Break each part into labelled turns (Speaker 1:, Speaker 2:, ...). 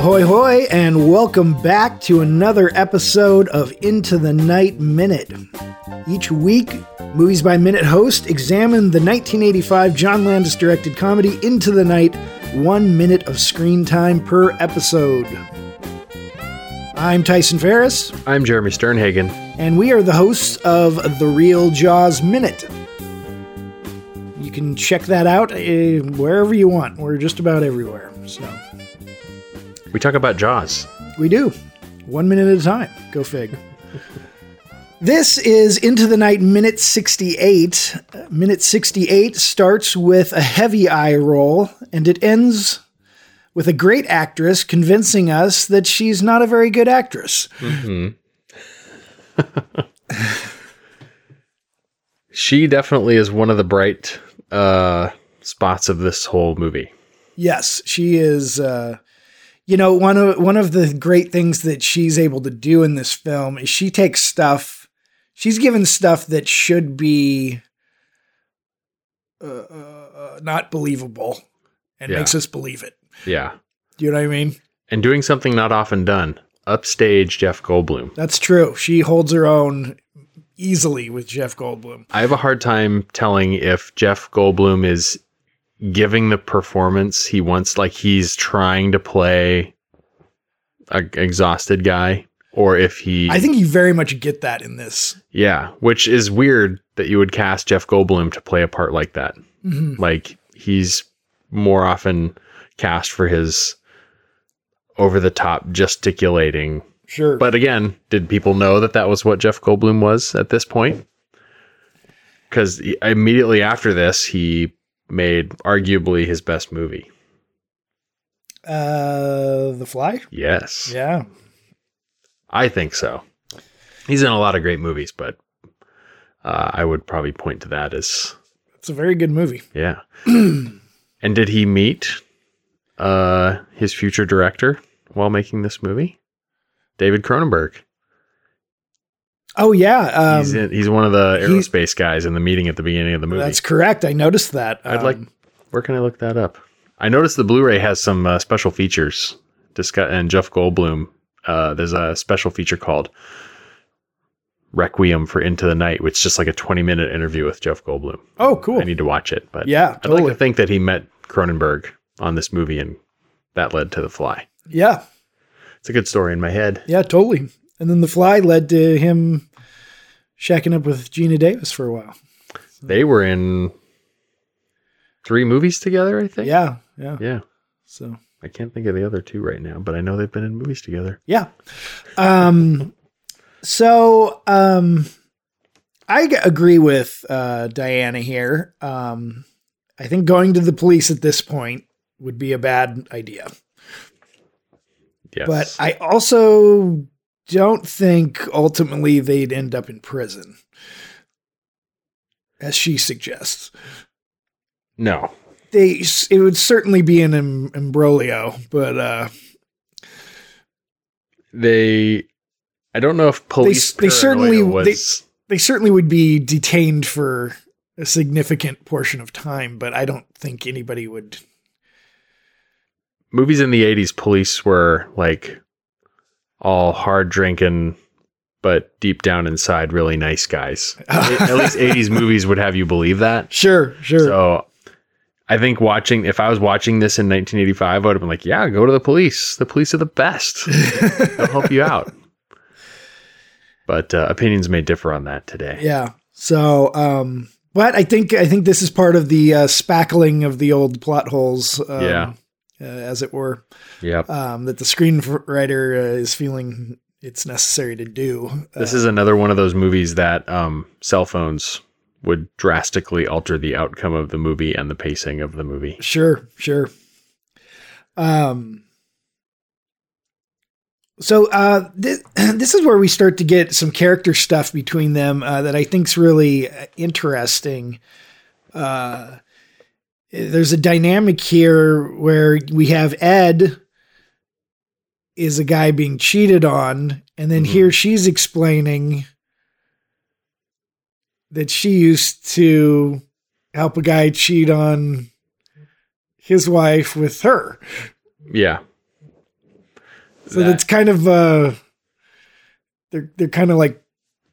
Speaker 1: Ahoy, hoy, and welcome back to another episode of Into the Night Minute. Each week, Movies by Minute host examine the 1985 John Landis directed comedy Into the Night, one minute of screen time per episode. I'm Tyson Ferris,
Speaker 2: I'm Jeremy Sternhagen.
Speaker 1: and we are the hosts of The Real Jaws Minute. You can check that out eh, wherever you want. We're just about everywhere. So.
Speaker 2: We talk about Jaws.
Speaker 1: We do. One minute at a time. Go fig. this is Into the Night Minute 68. Uh, Minute 68 starts with a heavy eye roll and it ends with a great actress convincing us that she's not a very good actress.
Speaker 2: She definitely is one of the bright uh, spots of this whole movie.
Speaker 1: Yes, she is. Uh, you know, one of one of the great things that she's able to do in this film is she takes stuff. She's given stuff that should be uh, uh, uh, not believable, and
Speaker 2: Yeah.
Speaker 1: makes us believe it.
Speaker 2: Yeah.
Speaker 1: Do you know what I mean?
Speaker 2: And doing something not often done upstage Jeff Goldblum.
Speaker 1: That's true. She holds her own easily with Jeff Goldblum.
Speaker 2: I have a hard time telling if Jeff Goldblum is giving the performance he wants, like he's trying to play a exhausted guy, or if he.
Speaker 1: I think you very much get that in this.
Speaker 2: Yeah, which is weird that you would cast Jeff Goldblum to play a part like that.
Speaker 1: Mhm.
Speaker 2: Like he's more often cast for his over the top gesticulating.
Speaker 1: Sure,
Speaker 2: But again, did people know that that was what Jeff Goldblum was at this point? Cuz immediately after this, he made arguably his best movie.
Speaker 1: uh, The Fly.
Speaker 2: Yes.
Speaker 1: Yeah,
Speaker 2: I think so. He's in a lot of great movies, but uh, I would probably point to that as
Speaker 1: it's a very good movie. Oh,
Speaker 2: Yeah. and did he meet uh, his future director while making this movie? David Cronenberg.
Speaker 1: Oh yeah, um,
Speaker 2: he's, in, he's one of the
Speaker 1: he-
Speaker 2: aerospace guys in the meeting at the beginning of the movie.
Speaker 1: That's correct. I noticed that.
Speaker 2: I'd
Speaker 1: Um,
Speaker 2: like. Where can I look that up? I noticed the Blu-ray has some uh, special features. Discuss and Jeff Goldblum. Uh, there's a special feature called Requiem for Into the Night, which is just like a 20-minute interview with Jeff Goldblum.
Speaker 1: Oh, cool.
Speaker 2: I need to watch it, but
Speaker 1: yeah,
Speaker 2: I'd like
Speaker 1: totally.
Speaker 2: to think that he met Cronenberg on this movie and that led to The Fly.
Speaker 1: yeah,
Speaker 2: It's a good story in my head.
Speaker 1: yeah, totally. And then the fly led to him shacking up with Gina Davis for a while. Hmm.
Speaker 2: They were in three movies together, I think.
Speaker 1: Yeah, yeah.
Speaker 2: Yeah.
Speaker 1: So
Speaker 2: I can't think of the other two right now, but I know they've been in movies together.
Speaker 1: yeah. Um, so um, I g- agree with uh, Diana here. Um, I think going to the police at this point would be a bad idea.
Speaker 2: Yes.
Speaker 1: But I also don't think ultimately they'd end up in prison, as she suggests.
Speaker 2: no.
Speaker 1: They it would certainly be an em- imbroglio, but uh,
Speaker 2: They I don't know if police
Speaker 1: they certainly-
Speaker 2: paranoia
Speaker 1: they-
Speaker 2: was
Speaker 1: they certainly would be detained for a significant portion of time. But I don't think anybody would.
Speaker 2: movies in the 80s police were like all hard drinking but deep down inside really nice guys. at least 80s movies would have you believe that.
Speaker 1: Sure, sure.
Speaker 2: So I think watching, if I was watching this in 1985, I would have been like, yeah, go to the police. The police are the best. They'll help you out. But uh, opinions may differ on that today.
Speaker 1: Yeah. So, um, but I think I think this is part of the uh, spackling of the old plot holes, um,
Speaker 2: Yeah.
Speaker 1: uh, as it were.
Speaker 2: Yep.
Speaker 1: um, that the screenwriter uh, is feeling it's necessary to do. Uh,
Speaker 2: this is another one of those movies that um, cell phones would drastically alter the outcome of the movie and the pacing of the movie.
Speaker 1: sure, sure. Um, so uh, this this is where we start to get some character stuff between them uh, that I think's really uh, interesting. Uh, there's a dynamic here where we have Ed is a guy being cheated on, and then
Speaker 2: Mhm.
Speaker 1: here she's explaining that she used to help a guy cheat on his wife with her.
Speaker 2: Yeah.
Speaker 1: So that's kind of uh they're they're kind of like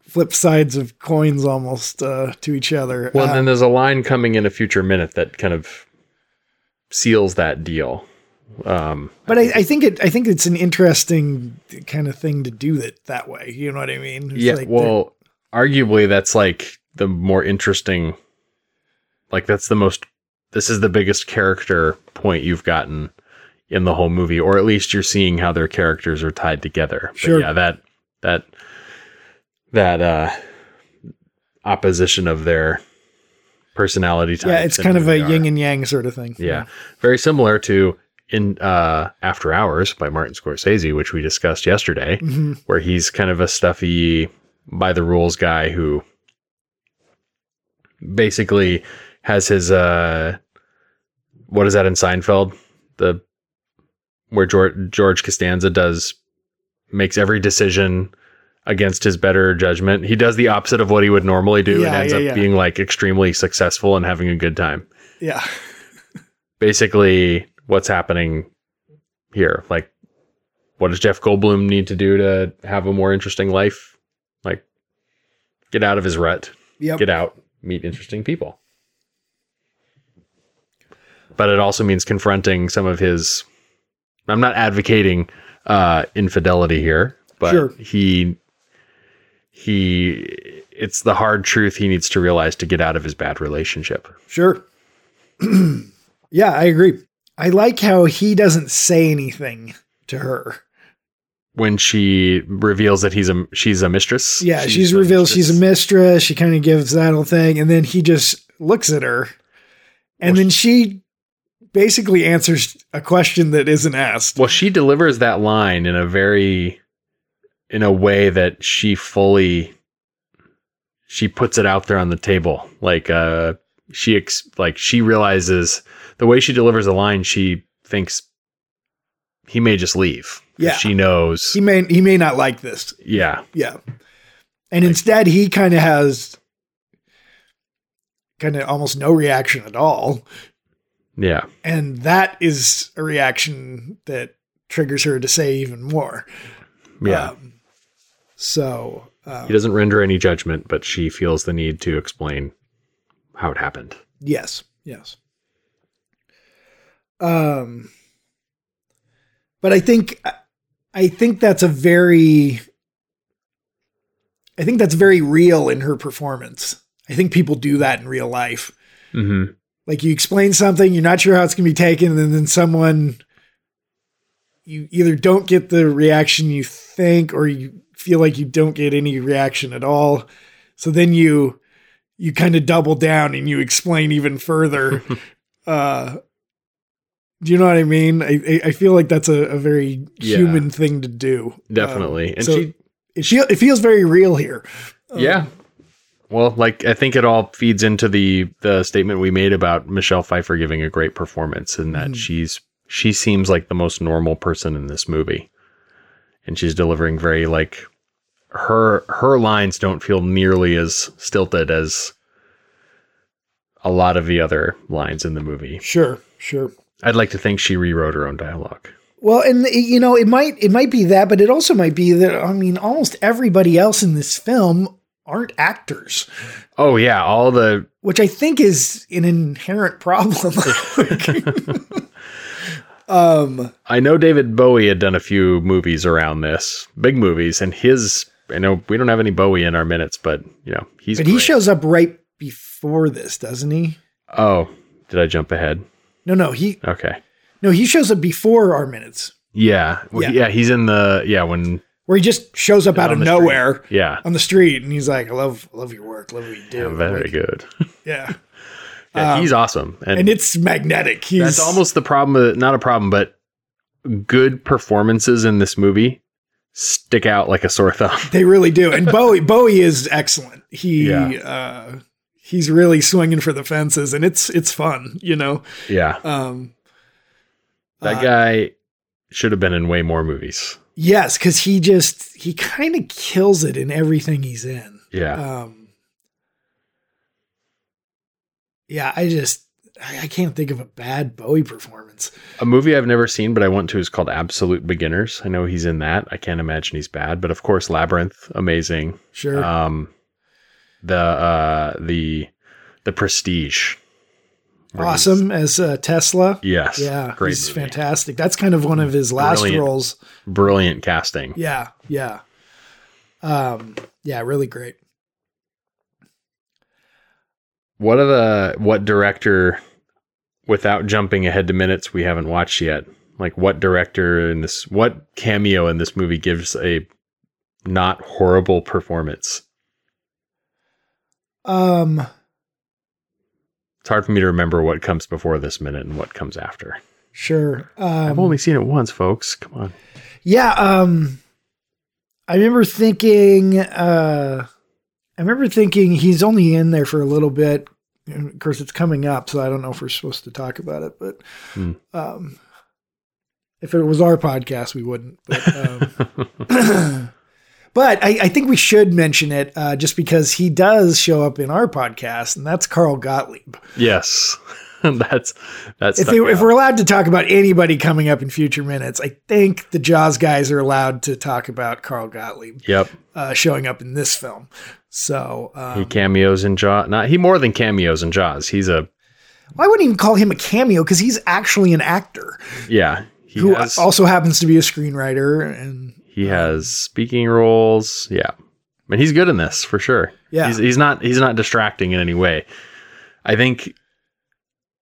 Speaker 1: flip sides of coins almost uh to each other.
Speaker 2: Well,
Speaker 1: Uh,
Speaker 2: then there's a line coming in a future minute that kind of seals that deal. Um,
Speaker 1: but I, I think it I think it's an interesting kind of thing to do it that way. You know what I mean? It's
Speaker 2: yeah,
Speaker 1: like the-
Speaker 2: well, arguably that's like the more interesting. Like that's the most. This is the biggest character point you've gotten in the whole movie, or at least you're seeing how their characters are tied together. But
Speaker 1: Sure.
Speaker 2: yeah, that that that uh, opposition of their personality types.
Speaker 1: yeah, it's
Speaker 2: and
Speaker 1: kind
Speaker 2: who
Speaker 1: of a
Speaker 2: they are.
Speaker 1: yin and yang sort of thing.
Speaker 2: Yeah. Very similar to in uh After Hours by Martin Scorsese, which we discussed yesterday,
Speaker 1: Mhm.
Speaker 2: where he's kind of a stuffy by the rules guy who basically has his uh what is that in Seinfeld? The where George George Costanza does makes every decision against his better judgment. He does the opposite of what he would normally do and
Speaker 1: Yeah,
Speaker 2: ends
Speaker 1: yeah,
Speaker 2: up
Speaker 1: yeah.
Speaker 2: being like extremely successful and having a good time
Speaker 1: Yeah.
Speaker 2: basically what's happening here. Like, what does Jeff Goldblum need to do to have a more interesting life? Like, get out of his rut,
Speaker 1: Yep.
Speaker 2: get out, meet interesting people. But it also means confronting some of his. I'm not advocating uh, infidelity here, but
Speaker 1: Sure.
Speaker 2: he he it's the hard truth he needs to realize to get out of his bad relationship.
Speaker 1: Sure. yeah, I agree. I like how he doesn't say anything to her.
Speaker 2: when she reveals that he's a she's a mistress.
Speaker 1: Yeah, she's, revealed she's a mistress. She kind of gives that whole thing, and then he just looks at her, and
Speaker 2: Well,
Speaker 1: then she basically answers a question that isn't asked.
Speaker 2: Well, she delivers that line in a very in a way that she fully she puts it out there on the table. Like uh she ex- like she realizes the way she delivers the line, she thinks he may just leave. 'Cause
Speaker 1: Yeah.
Speaker 2: She knows.
Speaker 1: He may he may not like this.
Speaker 2: yeah.
Speaker 1: Yeah, and instead he kind of has kind of almost no reaction at all.
Speaker 2: Yeah.
Speaker 1: and that is a reaction that triggers her to say even more.
Speaker 2: Yeah.
Speaker 1: Um, so uh,
Speaker 2: he doesn't render any judgment, but she feels the need to explain how it happened.
Speaker 1: yes, yes. Um, but I think I think that's a very I think that's very real in her performance. I think people do that in real life.
Speaker 2: Mhm.
Speaker 1: like you explain something you're not sure how it's going to be taken and then someone you either don't get the reaction you think or you feel like you don't get any reaction at all so then you you kind of double down and you explain even further uh do you know what i mean i I- i feel like that's a, a very
Speaker 2: Yeah.
Speaker 1: human thing to do
Speaker 2: Definitely.
Speaker 1: Um,
Speaker 2: and
Speaker 1: so
Speaker 2: she
Speaker 1: it, feel, it feels very real here Um,
Speaker 2: Yeah. Well, like I think it all feeds into the the statement we made about Michelle Pfeiffer giving a great performance and that
Speaker 1: Mhm.
Speaker 2: she's she seems like the most normal person in this movie. And she's delivering very like her her lines don't feel nearly as stilted as a lot of the other lines in the movie.
Speaker 1: sure sure
Speaker 2: I'd like to think she rewrote her own dialogue.
Speaker 1: Well, and you know, it might it might be that, but it also might be that I mean, almost everybody else in this film aren't actors,
Speaker 2: Oh yeah, all the
Speaker 1: which I think is an inherent problem. um,
Speaker 2: I know David Bowie had done a few movies around this, big movies, and his. I know we don't have any Bowie in our minutes, but you know he's.
Speaker 1: but he
Speaker 2: great.
Speaker 1: shows up right before this, doesn't he?
Speaker 2: Oh, did I jump ahead?
Speaker 1: No, no, he
Speaker 2: Okay.
Speaker 1: no, he shows up before our minutes,
Speaker 2: Yeah. Well,
Speaker 1: Yeah.
Speaker 2: yeah. He's in the. Yeah. When.
Speaker 1: where he just shows up out
Speaker 2: on
Speaker 1: of
Speaker 2: the street.
Speaker 1: nowhere
Speaker 2: Yeah.
Speaker 1: on the street, and he's like, "I love love your work, love what you do."
Speaker 2: Yeah, very
Speaker 1: Like,
Speaker 2: good.
Speaker 1: yeah,
Speaker 2: Yeah,
Speaker 1: Um,
Speaker 2: he's awesome, and,
Speaker 1: and it's magnetic. He's
Speaker 2: that's almost the problem. uh, Not a problem, but good performances in this movie stick out like a sore thumb.
Speaker 1: They really do. And Bowie Bowie is excellent. He
Speaker 2: Yeah.
Speaker 1: uh he's really swinging for the fences and it's it's fun, you know.
Speaker 2: yeah.
Speaker 1: Um
Speaker 2: That
Speaker 1: uh,
Speaker 2: guy should have been in way more movies.
Speaker 1: Yes, cuz he just he kind of kills it in everything he's in.
Speaker 2: Yeah.
Speaker 1: Um yeah, I just I I can't think of a bad Bowie performance.
Speaker 2: A movie I've never seen, but I want to, is called Absolute Beginners. I know he's in that. I can't imagine he's bad, but of course, Labyrinth, amazing.
Speaker 1: Sure.
Speaker 2: Um, the uh, the the Prestige, where he's-
Speaker 1: awesome as uh, Tesla.
Speaker 2: Yes,
Speaker 1: Yeah,
Speaker 2: great,
Speaker 1: he's
Speaker 2: movie.
Speaker 1: fantastic. That's kind of one of his last
Speaker 2: Brilliant.
Speaker 1: roles.
Speaker 2: brilliant casting.
Speaker 1: Yeah, yeah. Um, yeah, really great.
Speaker 2: What are the what director, without jumping ahead to minutes we haven't watched yet? Like what director in this, what cameo in this movie gives a not horrible performance?
Speaker 1: Um,
Speaker 2: It's hard for me to remember what comes before this minute and what comes after.
Speaker 1: sure. Um,
Speaker 2: I've only seen it once, folks. Come on.
Speaker 1: Yeah, um I remember thinking uh I remember thinking he's only in there for a little bit. And of course it's coming up, so I don't know if we're supposed to talk about it, but
Speaker 2: Hmm.
Speaker 1: um if it was our podcast, we wouldn't. But, um, but I, I think we should mention it uh, just because he does show up in our podcast, and that's Carl Gottlieb.
Speaker 2: Yes, that's that's
Speaker 1: If, they, if we're allowed to talk about anybody coming up in future minutes, I think the Jaws guys are allowed to talk about Carl Gottlieb
Speaker 2: yep.
Speaker 1: uh, showing up in this film. So um,
Speaker 2: He cameos in Jaws. Not he more than cameos in Jaws. He's a
Speaker 1: I wouldn't even call him a cameo because he's actually an actor
Speaker 2: yeah. He
Speaker 1: who
Speaker 2: has
Speaker 1: also happens to be a screenwriter. And
Speaker 2: he has speaking roles. Yeah, and he's good in this for sure.
Speaker 1: yeah,
Speaker 2: He's he's not he's not distracting in any way. I think.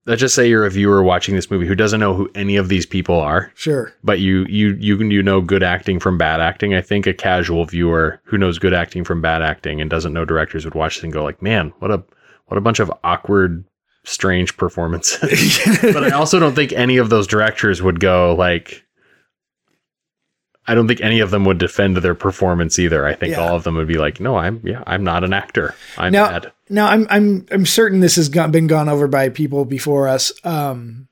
Speaker 2: Let's just say you're a viewer watching this movie who doesn't know who any of these people are.
Speaker 1: sure.
Speaker 2: but you you you can- you know good acting from bad acting. I think a casual viewer who knows good acting from bad acting and doesn't know directors would watch this and go like, "Man, what a what a bunch of awkward, strange performances." but I also don't think any of those directors would go like. I don't think any of them would defend their performance either. I think
Speaker 1: Yeah.
Speaker 2: all of them would be like, "No, I'm yeah, I'm not an actor. I'm
Speaker 1: Now-
Speaker 2: bad."
Speaker 1: Now I'm I'm I'm certain this has gone, been gone over by people before us. Um,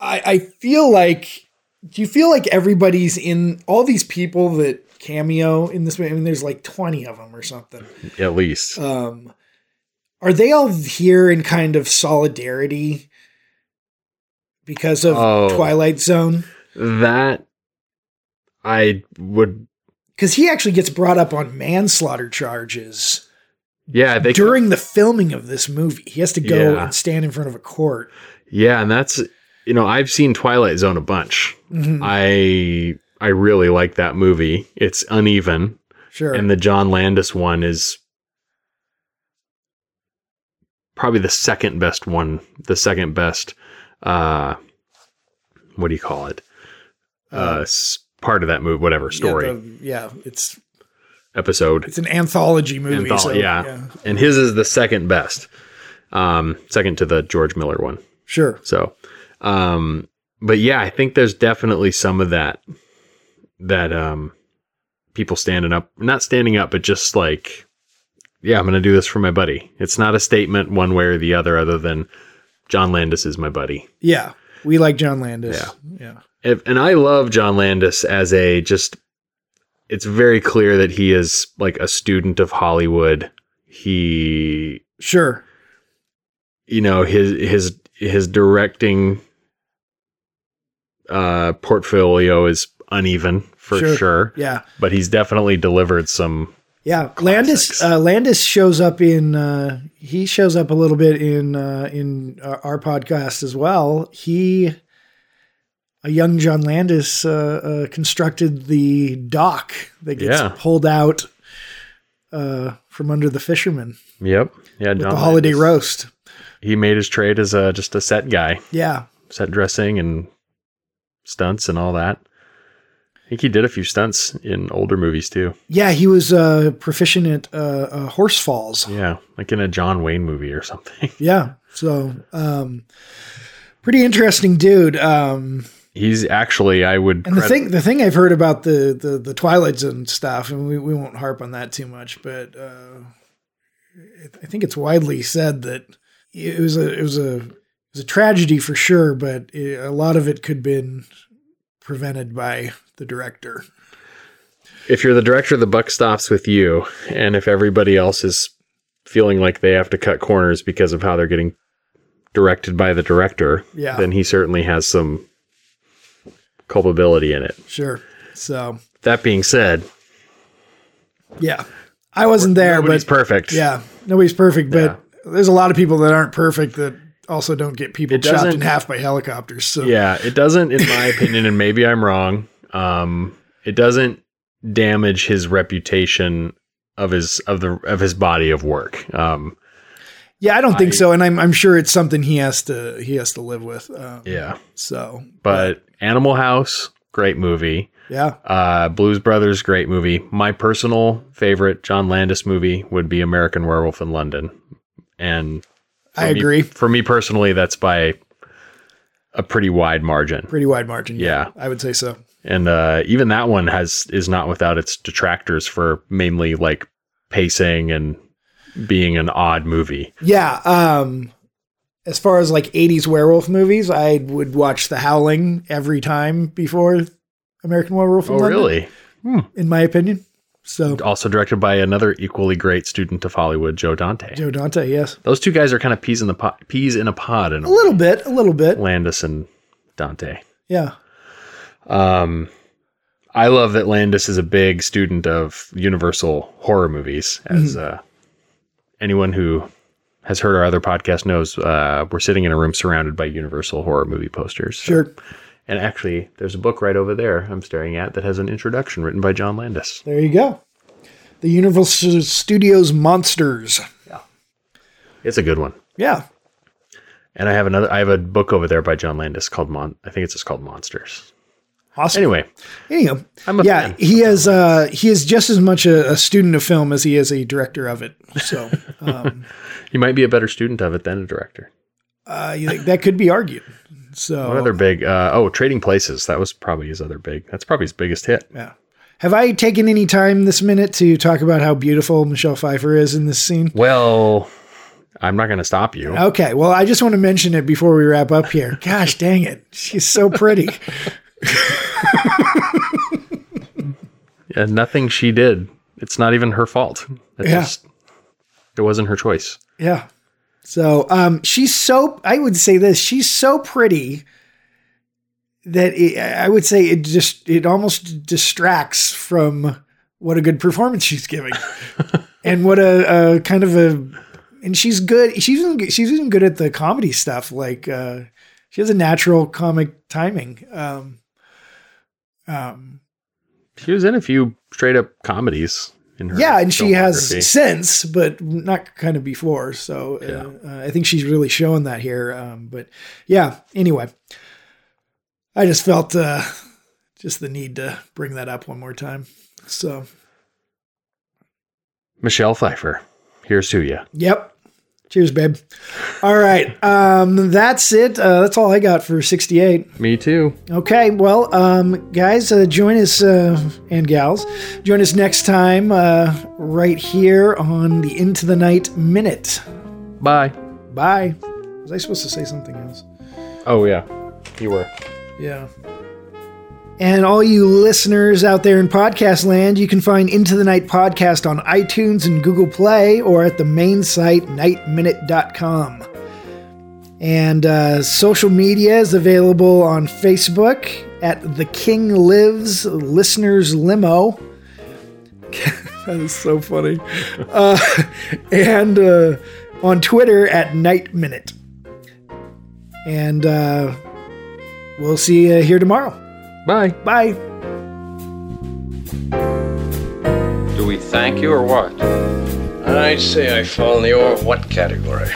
Speaker 1: I I feel like do you feel like everybody's in all these people that cameo in this? I mean, there's like 20 of them or something.
Speaker 2: At least
Speaker 1: Um, are they all here in kind of solidarity because of
Speaker 2: Oh.
Speaker 1: Twilight Zone?
Speaker 2: that I would.
Speaker 1: Because he actually gets brought up on manslaughter charges.
Speaker 2: Yeah, they
Speaker 1: during the filming of this movie. He has to go
Speaker 2: Yeah.
Speaker 1: and stand in front of a court.
Speaker 2: Yeah, and that's you know I've seen Twilight Zone a bunch.
Speaker 1: Mhm,
Speaker 2: I I really like that movie. It's uneven,
Speaker 1: sure.
Speaker 2: and the John Landis one is probably the second best one. The second best. Uh, what do you call it? Uh, s- part of that movie, whatever story
Speaker 1: Yeah, the- yeah, it's
Speaker 2: episode,
Speaker 1: it's an anthology movie.
Speaker 2: Antholo-
Speaker 1: so,
Speaker 2: yeah. and his is the second best. Um, second to the George Miller one.
Speaker 1: Sure.
Speaker 2: So, um, but yeah, I think there's definitely some of that that um, people standing up, not standing up, but just like, yeah, I'm going to do this for my buddy. It's not a statement one way or the other, other than John Landis is my buddy.
Speaker 1: Yeah. We like John Landis.
Speaker 2: Yeah.
Speaker 1: Yeah.
Speaker 2: If, and I love John Landis as a just, it's very clear that he is like a student of Hollywood. He
Speaker 1: Sure.
Speaker 2: you know his his his directing uh portfolio is uneven for
Speaker 1: Sure.
Speaker 2: sure,
Speaker 1: Yeah.
Speaker 2: but he's definitely delivered some
Speaker 1: Yeah. Landis
Speaker 2: Classics.
Speaker 1: uh, Landis shows up in uh, he shows up a little bit in uh, in uh, our podcast as well. He a young John Landis uh, uh, constructed the dock that gets
Speaker 2: Yeah.
Speaker 1: pulled out uh, from under the fisherman.
Speaker 2: yep yeah
Speaker 1: with
Speaker 2: John
Speaker 1: the holiday
Speaker 2: Landis.
Speaker 1: roast.
Speaker 2: he made his trade as a just a set guy
Speaker 1: Yeah,
Speaker 2: set dressing and stunts and all that i think he did a few stunts in older movies too
Speaker 1: yeah, he was uh, proficient at uh, uh, horse falls.
Speaker 2: yeah like in a john wayne movie or something
Speaker 1: Yeah, so um, pretty interesting dude. Um,
Speaker 2: he's actually i would
Speaker 1: and the
Speaker 2: credit-
Speaker 1: thing, the thing I've heard about the the, the Twilight Zone stuff, and we, we won't harp on that too much, but uh, I I think it's widely said that it was a it was a it was a tragedy for sure, but it, a lot of it could been prevented by the director.
Speaker 2: if you're the director, the buck stops with you, and if everybody else is feeling like they have to cut corners because of how they're getting directed by the director,
Speaker 1: Yeah.
Speaker 2: then he certainly has some culpability in it.
Speaker 1: Sure. So
Speaker 2: That being said,
Speaker 1: yeah, I wasn't there,
Speaker 2: nobody's
Speaker 1: but
Speaker 2: perfect.
Speaker 1: yeah, nobody's perfect. But there's a lot of people that aren't perfect that also don't get people
Speaker 2: It
Speaker 1: chopped in
Speaker 2: doesn't-
Speaker 1: half by helicopters. So
Speaker 2: Yeah, it doesn't, in my opinion, and maybe I'm wrong. Um, it doesn't damage his reputation of his of the of his body of work. Um,
Speaker 1: Yeah, I don't think
Speaker 2: I-
Speaker 1: so, and I'm I'm sure it's something he has to he has to live with. Um,
Speaker 2: yeah,
Speaker 1: So,
Speaker 2: but Animal House, great movie.
Speaker 1: yeah,
Speaker 2: Uh, Blues Brothers, great movie. My personal favorite John Landis movie would be American Werewolf in London, and
Speaker 1: I
Speaker 2: for me-
Speaker 1: agree.
Speaker 2: for me personally, that's by a pretty wide margin.
Speaker 1: Pretty wide margin.
Speaker 2: Yeah.
Speaker 1: I would say so.
Speaker 2: and uh, even that one has is not without its detractors for mainly like pacing and being an odd movie.
Speaker 1: Yeah. Um, as far as like '80s werewolf movies, I would watch The Howling every time before American Werewolf. in
Speaker 2: Oh,
Speaker 1: London,
Speaker 2: really?
Speaker 1: In my opinion, so
Speaker 2: Also directed by another equally great student of Hollywood, Joe Dante.
Speaker 1: Joe Dante, yes,
Speaker 2: Those two guys are kind of peas in the po- peas in a pod,
Speaker 1: a
Speaker 2: and
Speaker 1: little bit, a little bit.
Speaker 2: Landis and Dante.
Speaker 1: Yeah.
Speaker 2: Um, I love that Landis is a big student of Universal horror movies. As uh, anyone who has heard our other podcast knows, uh, we're sitting in a room surrounded by Universal horror movie posters.
Speaker 1: Sure.
Speaker 2: And actually, there's a book right over there I'm staring at that has an introduction written by John Landis.
Speaker 1: There you go. The Universal Studios monsters.
Speaker 2: It's a good one.
Speaker 1: Yeah.
Speaker 2: And I have another. I have a book over there by John Landis called Mon. I think it's just called Monsters.
Speaker 1: Awesome.
Speaker 2: Anyway,
Speaker 1: Anyhow,
Speaker 2: I'm a
Speaker 1: yeah,
Speaker 2: fan.
Speaker 1: he is. Uh, he is just as much a, a student of film as he is a director of it. So um,
Speaker 2: you might be a better student of it than a director.
Speaker 1: uh, you think that could be argued.
Speaker 2: What other
Speaker 1: So
Speaker 2: big? Uh, oh, Trading Places. That was probably his other big. That's probably his biggest hit.
Speaker 1: yeah. Have I taken any time this minute to talk about how beautiful Michelle Pfeiffer is in this scene?
Speaker 2: Well, I'm not going to stop you.
Speaker 1: Okay, well, I just want to mention it before we wrap up here. Gosh dang it, she's so pretty.
Speaker 2: Yeah, nothing she did. It's not even her fault. It's
Speaker 1: Yeah.
Speaker 2: just, it wasn't her choice.
Speaker 1: Yeah. So um, she's so, I would say this, she's so pretty that it, I would say it just, it almost distracts from what a good performance she's giving and what a, a kind of a, and she's good. She's even, good- she's even good at the comedy stuff. Like uh, she has a natural comic timing. Um, um,
Speaker 2: She was in a few straight up comedies in her.
Speaker 1: yeah, and she
Speaker 2: filmography.
Speaker 1: has since, but not kind of before. So uh,
Speaker 2: Yeah.
Speaker 1: uh, I think she's really showing that here. Um, but yeah, anyway, I just felt uh, just the need to bring that up one more time. So
Speaker 2: Michelle Pfeiffer. Here's to you.
Speaker 1: yep, cheers, babe. All right, um, that's it. Uh, that's all I got for sixty-eight.
Speaker 2: Me too.
Speaker 1: Okay, well, um, guys, uh, join us uh, and gals, join us next time uh, right here on the Into the Night Minute.
Speaker 2: Bye.
Speaker 1: Bye. Was I supposed to say something else?
Speaker 2: Oh yeah, you were.
Speaker 1: Yeah. And all you listeners out there in podcast land, you can find Into the Night podcast on iTunes and Google Play or at the main site, nightminute.com. And uh, social media is available on Facebook at The King Lives Listeners Limo. that is so funny. Uh, and uh, on Twitter at Night Minute. And uh, we'll see you here tomorrow.
Speaker 2: Bye.
Speaker 1: Bye.
Speaker 3: Do we thank you or what?
Speaker 4: I'd say I fall in the or what category.